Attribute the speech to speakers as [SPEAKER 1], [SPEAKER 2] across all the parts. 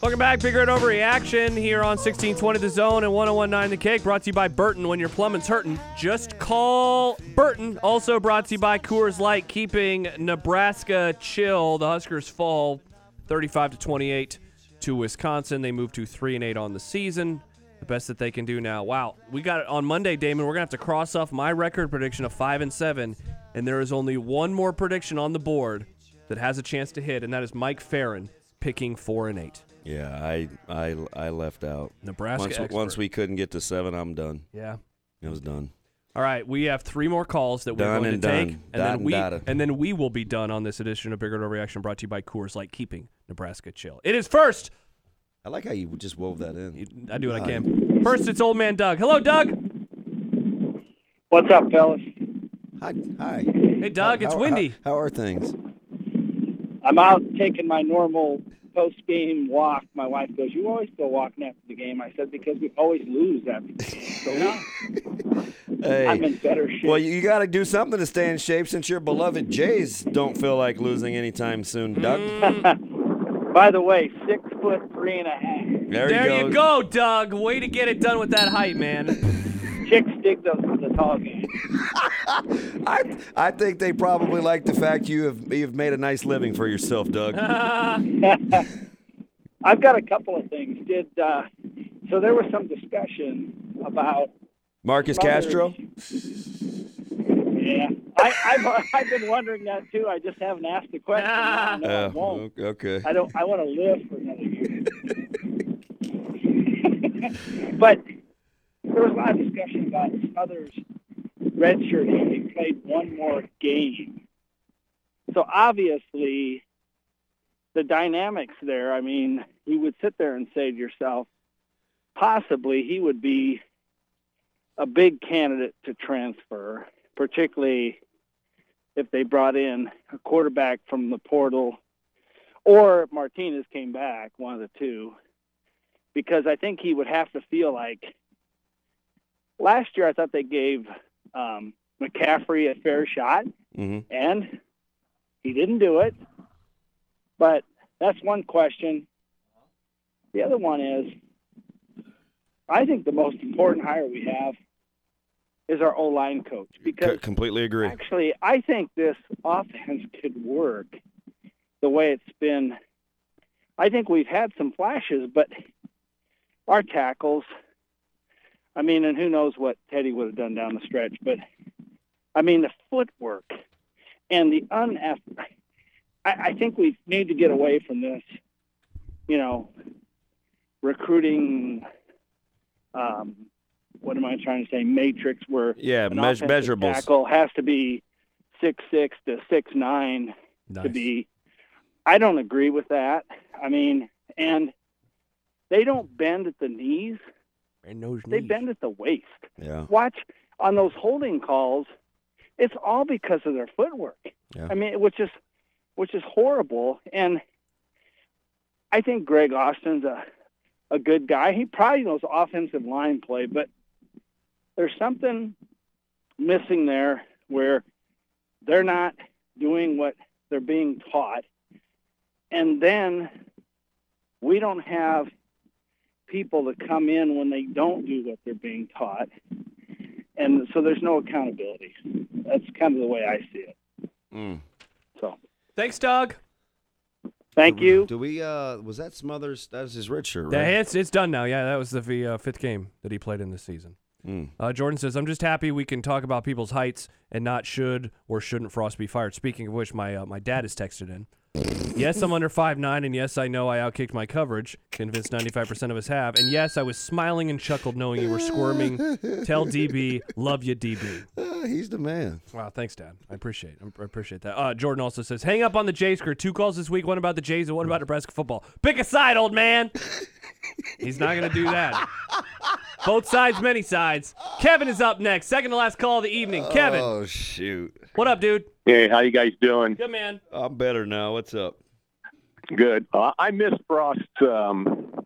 [SPEAKER 1] Welcome back, Big Red Overreaction here on 1620 The Zone and 1019 The Cake, brought to you by Burton. When your plumbing's hurting, just call Burton. Also brought to you by Coors Light, keeping Nebraska chill. The Huskers fall 35 to 28 to Wisconsin. They move to 3 and 8 on the season. The best that they can do now. Wow, we got it on Monday, Damon. We're gonna have to cross off my record prediction of 5 and 7, and there is only one more prediction on the board that has a chance to hit, and that is Mike Farron picking 4 and 8.
[SPEAKER 2] Yeah, I I I left out.
[SPEAKER 1] Nebraska
[SPEAKER 2] Once,
[SPEAKER 1] expert.
[SPEAKER 2] once we couldn't get to seven, I'm done.
[SPEAKER 1] Yeah.
[SPEAKER 2] It was done.
[SPEAKER 1] All right, we have three more calls that we're
[SPEAKER 2] Done
[SPEAKER 1] going
[SPEAKER 2] and
[SPEAKER 1] to
[SPEAKER 2] done.
[SPEAKER 1] take, and
[SPEAKER 2] Dot
[SPEAKER 1] then
[SPEAKER 2] and
[SPEAKER 1] we
[SPEAKER 2] dotted.
[SPEAKER 1] and then we will be done on this edition of Bigger Overreaction, brought to you by Coors Light, keeping Nebraska chill. It is first.
[SPEAKER 2] I like how you just wove that in.
[SPEAKER 1] I do what I can. First, it's old man Doug. Hello, Doug.
[SPEAKER 3] What's up, fellas?
[SPEAKER 2] Hi, hi.
[SPEAKER 1] Hey, Doug. It's
[SPEAKER 2] How-
[SPEAKER 1] windy.
[SPEAKER 2] How, how are things?
[SPEAKER 3] I'm out taking my normal post-game walk. My wife goes, "You always go walking after the game." I said, "Because we always lose after." The game. So I'm
[SPEAKER 2] Hey.
[SPEAKER 3] in better shape.
[SPEAKER 2] Well, you got to do something to stay in shape since your beloved Jays don't feel like losing anytime soon, Doug.
[SPEAKER 3] By the way, six foot three and a half.
[SPEAKER 2] There,
[SPEAKER 1] There
[SPEAKER 2] you go.
[SPEAKER 1] you go, Doug. Way to get it done with that height, man.
[SPEAKER 3] Chicks dig those for the tall game.
[SPEAKER 2] I, I think they probably like the fact you have you've made a nice living for yourself, Doug.
[SPEAKER 3] I've got a couple of things. Did uh, so? There was some discussion about.
[SPEAKER 2] Marcus
[SPEAKER 3] Brothers.
[SPEAKER 2] Castro.
[SPEAKER 3] Yeah, I, I've I've been wondering that too. I just haven't asked the question. I know I
[SPEAKER 2] Uh,
[SPEAKER 3] won't.
[SPEAKER 2] okay.
[SPEAKER 3] I don't. I want to live for another year. but there was a lot of discussion about Smothers redshirting. He played one more game, so obviously the dynamics there. I mean, you would sit there and say to yourself, possibly he would be a big candidate to transfer, particularly if they brought in a quarterback from the portal or if Martinez came back, one of the two, because I think he would have to feel like last year I thought they gave um, McCaffrey a fair shot,
[SPEAKER 2] hmm
[SPEAKER 3] and he didn't do it. But that's one question. The other one is, I think the most important hire we have is our O line coach because
[SPEAKER 2] completely agree.
[SPEAKER 3] Actually, I think this offense could work the way it's been. I think we've had some flashes, but our tackles, I mean, and who knows what Teddy would have done down the stretch, but I mean, the footwork and the unath. I, I think we need to get away from this, you know, recruiting. Um, what am I trying to say? Matrix where
[SPEAKER 2] Yeah,
[SPEAKER 3] an
[SPEAKER 2] meas-
[SPEAKER 3] offensive
[SPEAKER 2] measurables.
[SPEAKER 3] tackle has to be six six to six nine to
[SPEAKER 1] Nice.
[SPEAKER 3] be. I don't agree with that. I mean, and they don't bend at the knees;
[SPEAKER 1] And those
[SPEAKER 3] they
[SPEAKER 1] knees.
[SPEAKER 3] bend at the waist.
[SPEAKER 2] Yeah.
[SPEAKER 3] Watch on those holding calls; it's all because of their footwork.
[SPEAKER 2] Yeah.
[SPEAKER 3] I mean, which is which is horrible. And I think Greg Austin's a a good guy. He probably knows offensive line play, but there's something missing there where they're not doing what they're being taught. And then we don't have people that come in when they don't do what they're being taught. And so there's no accountability. That's kind of the way I see it.
[SPEAKER 2] Mm.
[SPEAKER 3] So
[SPEAKER 1] Thanks, Doug.
[SPEAKER 3] thank you.
[SPEAKER 2] Do we? Uh, was that Smothers? That was his red shirt,
[SPEAKER 1] Yeah,
[SPEAKER 2] right?
[SPEAKER 1] It's it's done now. Yeah, that was the v- uh, fifth game that he played in this season.
[SPEAKER 2] Mm.
[SPEAKER 1] Uh, Jordan says, "I'm just happy we can talk about people's heights and not should or shouldn't Frost be fired." Speaking of which, my uh, my dad is texted in. yes, I'm under 5'9", and yes, I know I outkicked my coverage, convinced 95% of us have, and yes, I was smiling and chuckled knowing you were squirming. Tell DB, love you, DB.
[SPEAKER 2] Uh, he's the man.
[SPEAKER 1] Wow, thanks, Dad. I appreciate I appreciate that. Uh, Jordan also says, hang up on the Jays crew. Two calls this week, one about the Jays and one about Nebraska football. Pick a side, old man. He's not going to do that. Both sides, many sides. Kevin is up next. Second to last call of the evening. Kevin,
[SPEAKER 2] Oh shoot!
[SPEAKER 1] what up, dude?
[SPEAKER 4] Hey, how you guys doing?
[SPEAKER 1] Good man.
[SPEAKER 2] I'm better now. What's up?
[SPEAKER 4] Good. Uh, I missed Frost's um,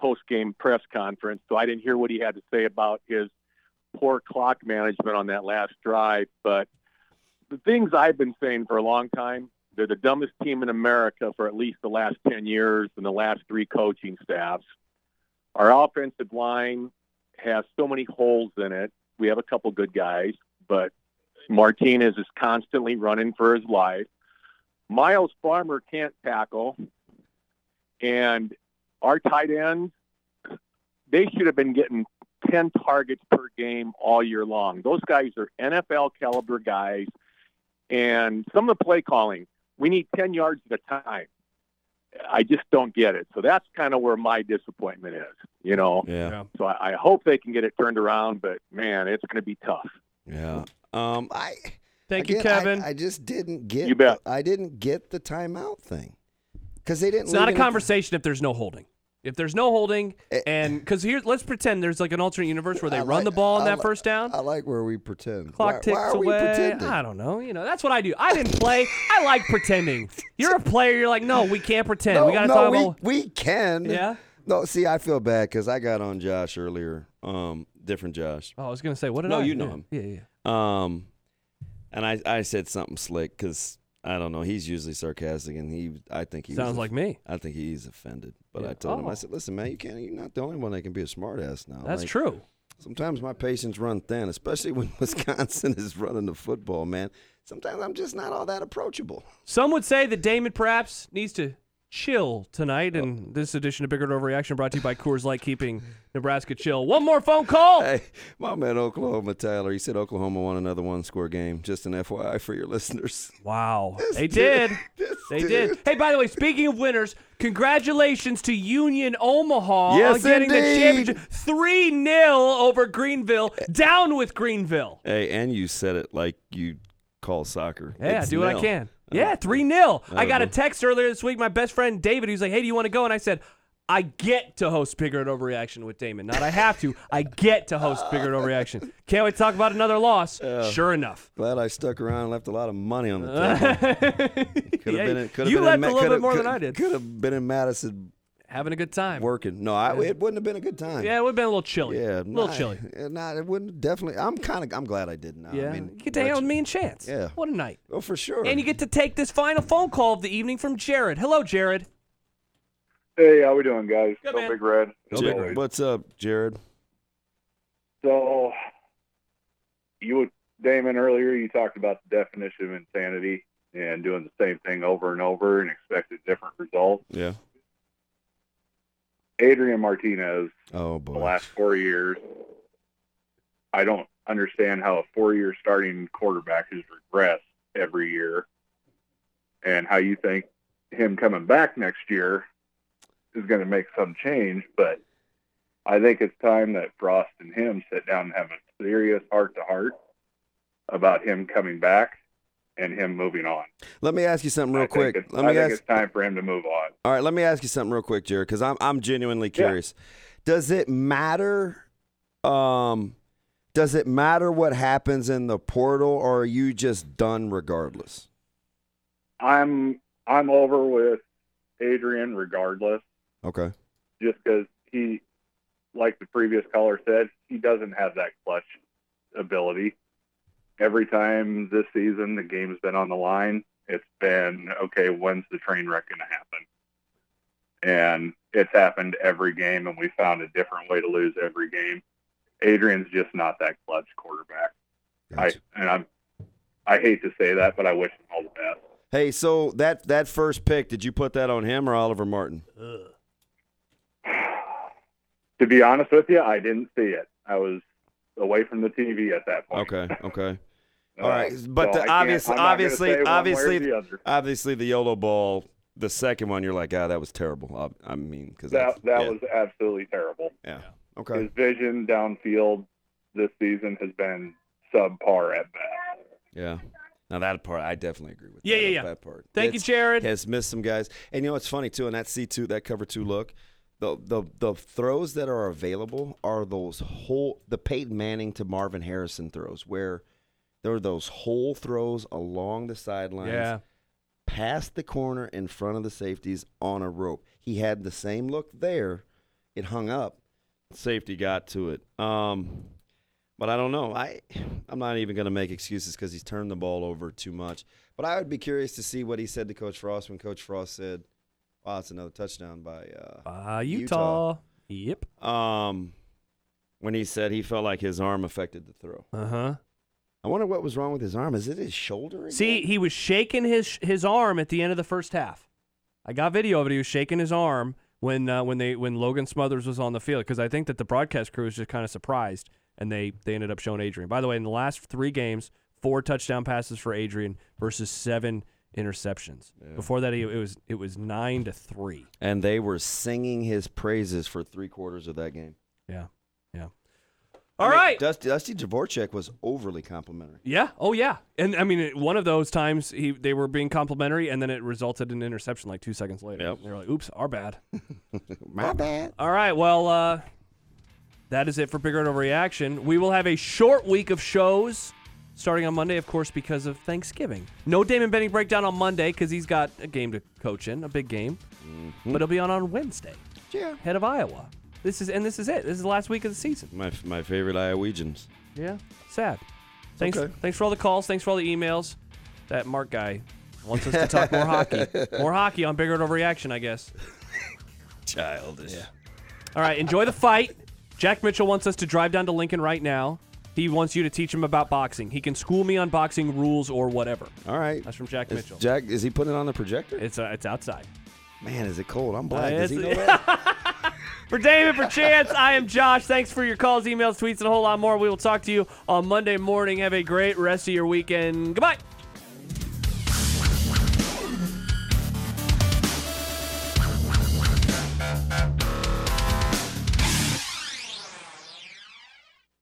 [SPEAKER 4] post-game press conference, so I didn't hear what he had to say about his poor clock management on that last drive. But the things I've been saying for a long time, They're the dumbest team in America for at least the last 10 years and the last three coaching staffs. Our offensive line has so many holes in it. We have a couple good guys, but Martinez is constantly running for his life. Miles Farmer can't tackle. And our tight ends, they should have been getting 10 targets per game all year long. Those guys are NFL caliber guys. And some of the play calling, we need 10 yards at a time. I just don't get it. So that's kind of where my disappointment is, you know.
[SPEAKER 2] Yeah.
[SPEAKER 4] So I, I hope they can get it turned around, but man, it's going to be tough.
[SPEAKER 2] Yeah. Um, I
[SPEAKER 1] Thank you,
[SPEAKER 2] again, I-
[SPEAKER 1] Kevin.
[SPEAKER 2] I, just didn't get.
[SPEAKER 4] You bet.
[SPEAKER 2] I didn't get the timeout thing because they didn't.
[SPEAKER 1] it's not a
[SPEAKER 2] leave any-
[SPEAKER 1] conversation if there's no holding. If there's no holding,
[SPEAKER 2] Eh.
[SPEAKER 1] and because here, let's pretend there's like an alternate universe where they
[SPEAKER 2] I
[SPEAKER 1] run
[SPEAKER 2] like-
[SPEAKER 1] the ball on
[SPEAKER 2] I
[SPEAKER 1] that
[SPEAKER 2] li-
[SPEAKER 1] first down.
[SPEAKER 2] I like where we pretend.
[SPEAKER 1] Clock
[SPEAKER 2] why,
[SPEAKER 1] ticks
[SPEAKER 2] why are
[SPEAKER 1] away. Ah,
[SPEAKER 2] we pretending?
[SPEAKER 1] I don't know. You know, that's what I do. I didn't play. I like pretending. You're a player. You're like, no, we can't pretend.
[SPEAKER 2] No,
[SPEAKER 1] we got to
[SPEAKER 2] no,
[SPEAKER 1] talk
[SPEAKER 2] we,
[SPEAKER 1] about.
[SPEAKER 2] we can.
[SPEAKER 1] Yeah?
[SPEAKER 2] No, see, I feel bad because I got on Josh earlier. Um, different Josh.
[SPEAKER 1] Oh, I was gonna say, what did
[SPEAKER 2] No,
[SPEAKER 1] I?
[SPEAKER 2] you
[SPEAKER 1] do?
[SPEAKER 2] know him.
[SPEAKER 1] Yeah, yeah. yeah.
[SPEAKER 2] Um, and I, I said something slick because I don't know. He's usually sarcastic, and he, I think he was
[SPEAKER 1] Sounds
[SPEAKER 2] off-
[SPEAKER 1] like me.
[SPEAKER 2] I think he's offended. But
[SPEAKER 1] Yeah.
[SPEAKER 2] I told him,
[SPEAKER 1] Oh.
[SPEAKER 2] I said, listen, man, you can't. You're not the only one that can be a smartass now.
[SPEAKER 1] That's
[SPEAKER 2] Like,
[SPEAKER 1] true.
[SPEAKER 2] Sometimes my patience run thin, especially when Wisconsin is running the football, man. Sometimes I'm just not all that approachable.
[SPEAKER 1] Some would say that Damon perhaps needs to chill tonight. And this edition of Bigger and Overreaction brought to you by Coors Light, keeping Nebraska chill. One more phone call.
[SPEAKER 2] Hey, my man Oklahoma Tyler, he said Oklahoma won another one score game. Just an FYI for your listeners.
[SPEAKER 1] Wow, they did.
[SPEAKER 2] dude- this
[SPEAKER 1] They did.
[SPEAKER 2] dude.
[SPEAKER 1] Hey, by the way, speaking of winners, congratulations to Union Omaha on
[SPEAKER 2] Yes,
[SPEAKER 1] getting the
[SPEAKER 2] indeed.
[SPEAKER 1] championship. 3 0 over Greenville. Down with Greenville.
[SPEAKER 2] Hey, and you said it like you call soccer.
[SPEAKER 1] Yeah,
[SPEAKER 2] It's
[SPEAKER 1] do what I
[SPEAKER 2] nil.
[SPEAKER 1] can. Yeah, 3 0. I got a
[SPEAKER 2] know. Uh-huh.
[SPEAKER 1] text earlier this week. My best friend David, he was like, hey, do you want to go? And I said, I get to host Bigger and Overreaction with Damon. Not I have to. I get to host Bigger and Overreaction. Can't wait to talk about another loss. sure enough.
[SPEAKER 2] Glad I stuck around and left a lot of money on the table. Could
[SPEAKER 1] Yeah,
[SPEAKER 2] have been. in- could have
[SPEAKER 1] you
[SPEAKER 2] been in
[SPEAKER 1] left
[SPEAKER 2] Ma-
[SPEAKER 1] a little
[SPEAKER 2] could
[SPEAKER 1] bit
[SPEAKER 2] have-
[SPEAKER 1] more
[SPEAKER 2] could-
[SPEAKER 1] than I did.
[SPEAKER 2] Could have been in Madison
[SPEAKER 1] Having a good time.
[SPEAKER 2] working. No, I, it wouldn't have been a good time.
[SPEAKER 1] Yeah, it would have been a little chilly.
[SPEAKER 2] Yeah,
[SPEAKER 1] a little
[SPEAKER 2] nah,
[SPEAKER 1] chilly.
[SPEAKER 2] eh, Nah, it wouldn't definitely. I'm kind of. I'm glad I did now.
[SPEAKER 1] Yeah,
[SPEAKER 2] I mean,
[SPEAKER 1] you get to hang out with me and Chance.
[SPEAKER 2] Yeah.
[SPEAKER 1] what a night!
[SPEAKER 2] Oh, for sure.
[SPEAKER 1] And you get to take this final phone call of the evening from Jared. Hello, Jared.
[SPEAKER 5] Hey, how we doing, guys?
[SPEAKER 1] Good,
[SPEAKER 5] Go
[SPEAKER 1] man.
[SPEAKER 5] Big Red.
[SPEAKER 2] J- What's up, Jared?
[SPEAKER 5] So, you would, Damon, earlier you talked about the definition of insanity and doing the same thing over and over and expected different results.
[SPEAKER 2] Yeah.
[SPEAKER 5] Adrian Martinez,
[SPEAKER 2] Oh boy.
[SPEAKER 5] the last four years, I don't understand how a four-year starting quarterback has regressed every year, and how you think him coming back next year is going to make some change. But I think it's time that Frost and him sit down and have a serious heart-to-heart about him coming back and him moving on.
[SPEAKER 2] Let me ask you something
[SPEAKER 5] I
[SPEAKER 2] real
[SPEAKER 5] think
[SPEAKER 2] quick.
[SPEAKER 5] it's-
[SPEAKER 2] Let
[SPEAKER 5] I
[SPEAKER 2] me
[SPEAKER 5] think
[SPEAKER 2] ask.
[SPEAKER 5] it's time for him to move on.
[SPEAKER 2] All right, let me ask you something real quick, Jared, because I'm I'm genuinely curious. Does it matter? Um, does it matter what happens in the portal, or are you just done regardless?
[SPEAKER 5] I'm I'm over with Adrian regardless.
[SPEAKER 2] Okay.
[SPEAKER 5] just because he, like the previous caller said, he doesn't have that clutch ability. Every time this season the game's been on the line, it's been okay. When's the train wreck going to happen? And it's happened every game, and we found a different way to lose every game. Adrian's just not that clutch quarterback. I
[SPEAKER 2] Gotcha.
[SPEAKER 5] and I'm, I hate to say that, but I wish him all the best.
[SPEAKER 2] Hey, so that that first pick, did you put that on him or Oliver Martin?
[SPEAKER 5] To be honest with you, I didn't see it. I was away from the TV at that point.
[SPEAKER 2] Okay. Okay.
[SPEAKER 5] Uh,
[SPEAKER 2] All right, but
[SPEAKER 5] so
[SPEAKER 2] the
[SPEAKER 5] I can't-
[SPEAKER 2] obvious-
[SPEAKER 5] I'm not gonna
[SPEAKER 2] obviously-
[SPEAKER 5] say one way or
[SPEAKER 2] obviously-
[SPEAKER 5] the other.
[SPEAKER 2] Obviously, the Yolo Ball, the second one, you're like, ah, that was terrible. Ob- I mean, because
[SPEAKER 5] that that was absolutely terrible.
[SPEAKER 2] yeah. Okay.
[SPEAKER 5] His vision downfield this season has been subpar at best.
[SPEAKER 2] Yeah. Now that part, I definitely agree with.
[SPEAKER 1] Yeah,
[SPEAKER 2] that,
[SPEAKER 1] yeah, yeah.
[SPEAKER 2] That part.
[SPEAKER 1] Thank you,
[SPEAKER 2] It's-
[SPEAKER 1] Jared.
[SPEAKER 2] Has missed some guys, and you know what's funny too, in that C two, that cover two look, the the the throws that are available are those whole the Peyton Manning to Marvin Harrison throws where there are those whole throws along the sidelines.
[SPEAKER 1] Yeah,
[SPEAKER 2] past the corner in front of the safeties on a rope. He had the same look there. It hung up. Safety got to it. Um, But I don't know. I I'm not even going to make excuses because he's turned the ball over too much. But I would be curious to see what he said to Coach Frost when Coach Frost said, "Wow, it's another touchdown by." Uh,
[SPEAKER 1] Uh, Utah.
[SPEAKER 2] Utah.
[SPEAKER 1] Yep.
[SPEAKER 2] um, when he said he felt like his arm affected the throw.
[SPEAKER 1] Uh huh.
[SPEAKER 2] I wonder what was wrong with his arm. Is it his shoulder? again?
[SPEAKER 1] See, he was shaking his his arm at the end of the first half. I got video of it. He was shaking his arm when uh, when they when Logan Smothers was on the field because I think that the broadcast crew was just kind of surprised and they they ended up showing Adrian. By the way, in the last three games, four touchdown passes for Adrian versus seven interceptions. Before that, he, it was it was nine to three.
[SPEAKER 2] and they were singing his praises for three quarters of that game.
[SPEAKER 1] Yeah, yeah.
[SPEAKER 2] All
[SPEAKER 1] All
[SPEAKER 2] right,
[SPEAKER 1] right.
[SPEAKER 2] Dusty, Dusty Dvorak was overly complimentary.
[SPEAKER 1] Yeah. Oh, yeah. And I mean, it- one of those times he they were being complimentary, and then it resulted in interception like two seconds later.
[SPEAKER 2] Yep.
[SPEAKER 1] They were like, "Oops, our bad."
[SPEAKER 2] My bad.
[SPEAKER 1] All right. Well, uh, that is it for Bigger and Overreaction. We will have a short week of shows starting on Monday, of course, because of Thanksgiving. No Damon Benning breakdown on Monday because he's got a game to coach in, a big game. But it'll be on on Wednesday,
[SPEAKER 2] Yeah.
[SPEAKER 1] head of Iowa. This is and this is it. This is the last week of the season.
[SPEAKER 2] My my favorite Iowegians.
[SPEAKER 1] Yeah, sad. Thanks,
[SPEAKER 2] okay.
[SPEAKER 1] thanks for all the calls. Thanks for all the emails. That Mark guy wants us to talk more hockey. More hockey on Bigger and Overreaction, I guess.
[SPEAKER 2] Childish. Yeah.
[SPEAKER 1] All right, enjoy the fight. Jack Mitchell wants us to drive down to Lincoln right now. He wants you to teach him about boxing. He can school me on boxing rules or whatever.
[SPEAKER 2] All right.
[SPEAKER 1] That's from Jack
[SPEAKER 2] Is
[SPEAKER 1] Mitchell.
[SPEAKER 2] Jack, is he putting it on the projector?
[SPEAKER 1] It's uh, it's outside.
[SPEAKER 2] Man, is it cold? I'm black.
[SPEAKER 1] Uh,
[SPEAKER 2] Does he know
[SPEAKER 1] it's-
[SPEAKER 2] that?
[SPEAKER 1] For David, for Chance, I am Josh. Thanks for your calls, emails, tweets, and a whole lot more. We will talk to you on Monday morning. Have a great rest of your weekend. Goodbye.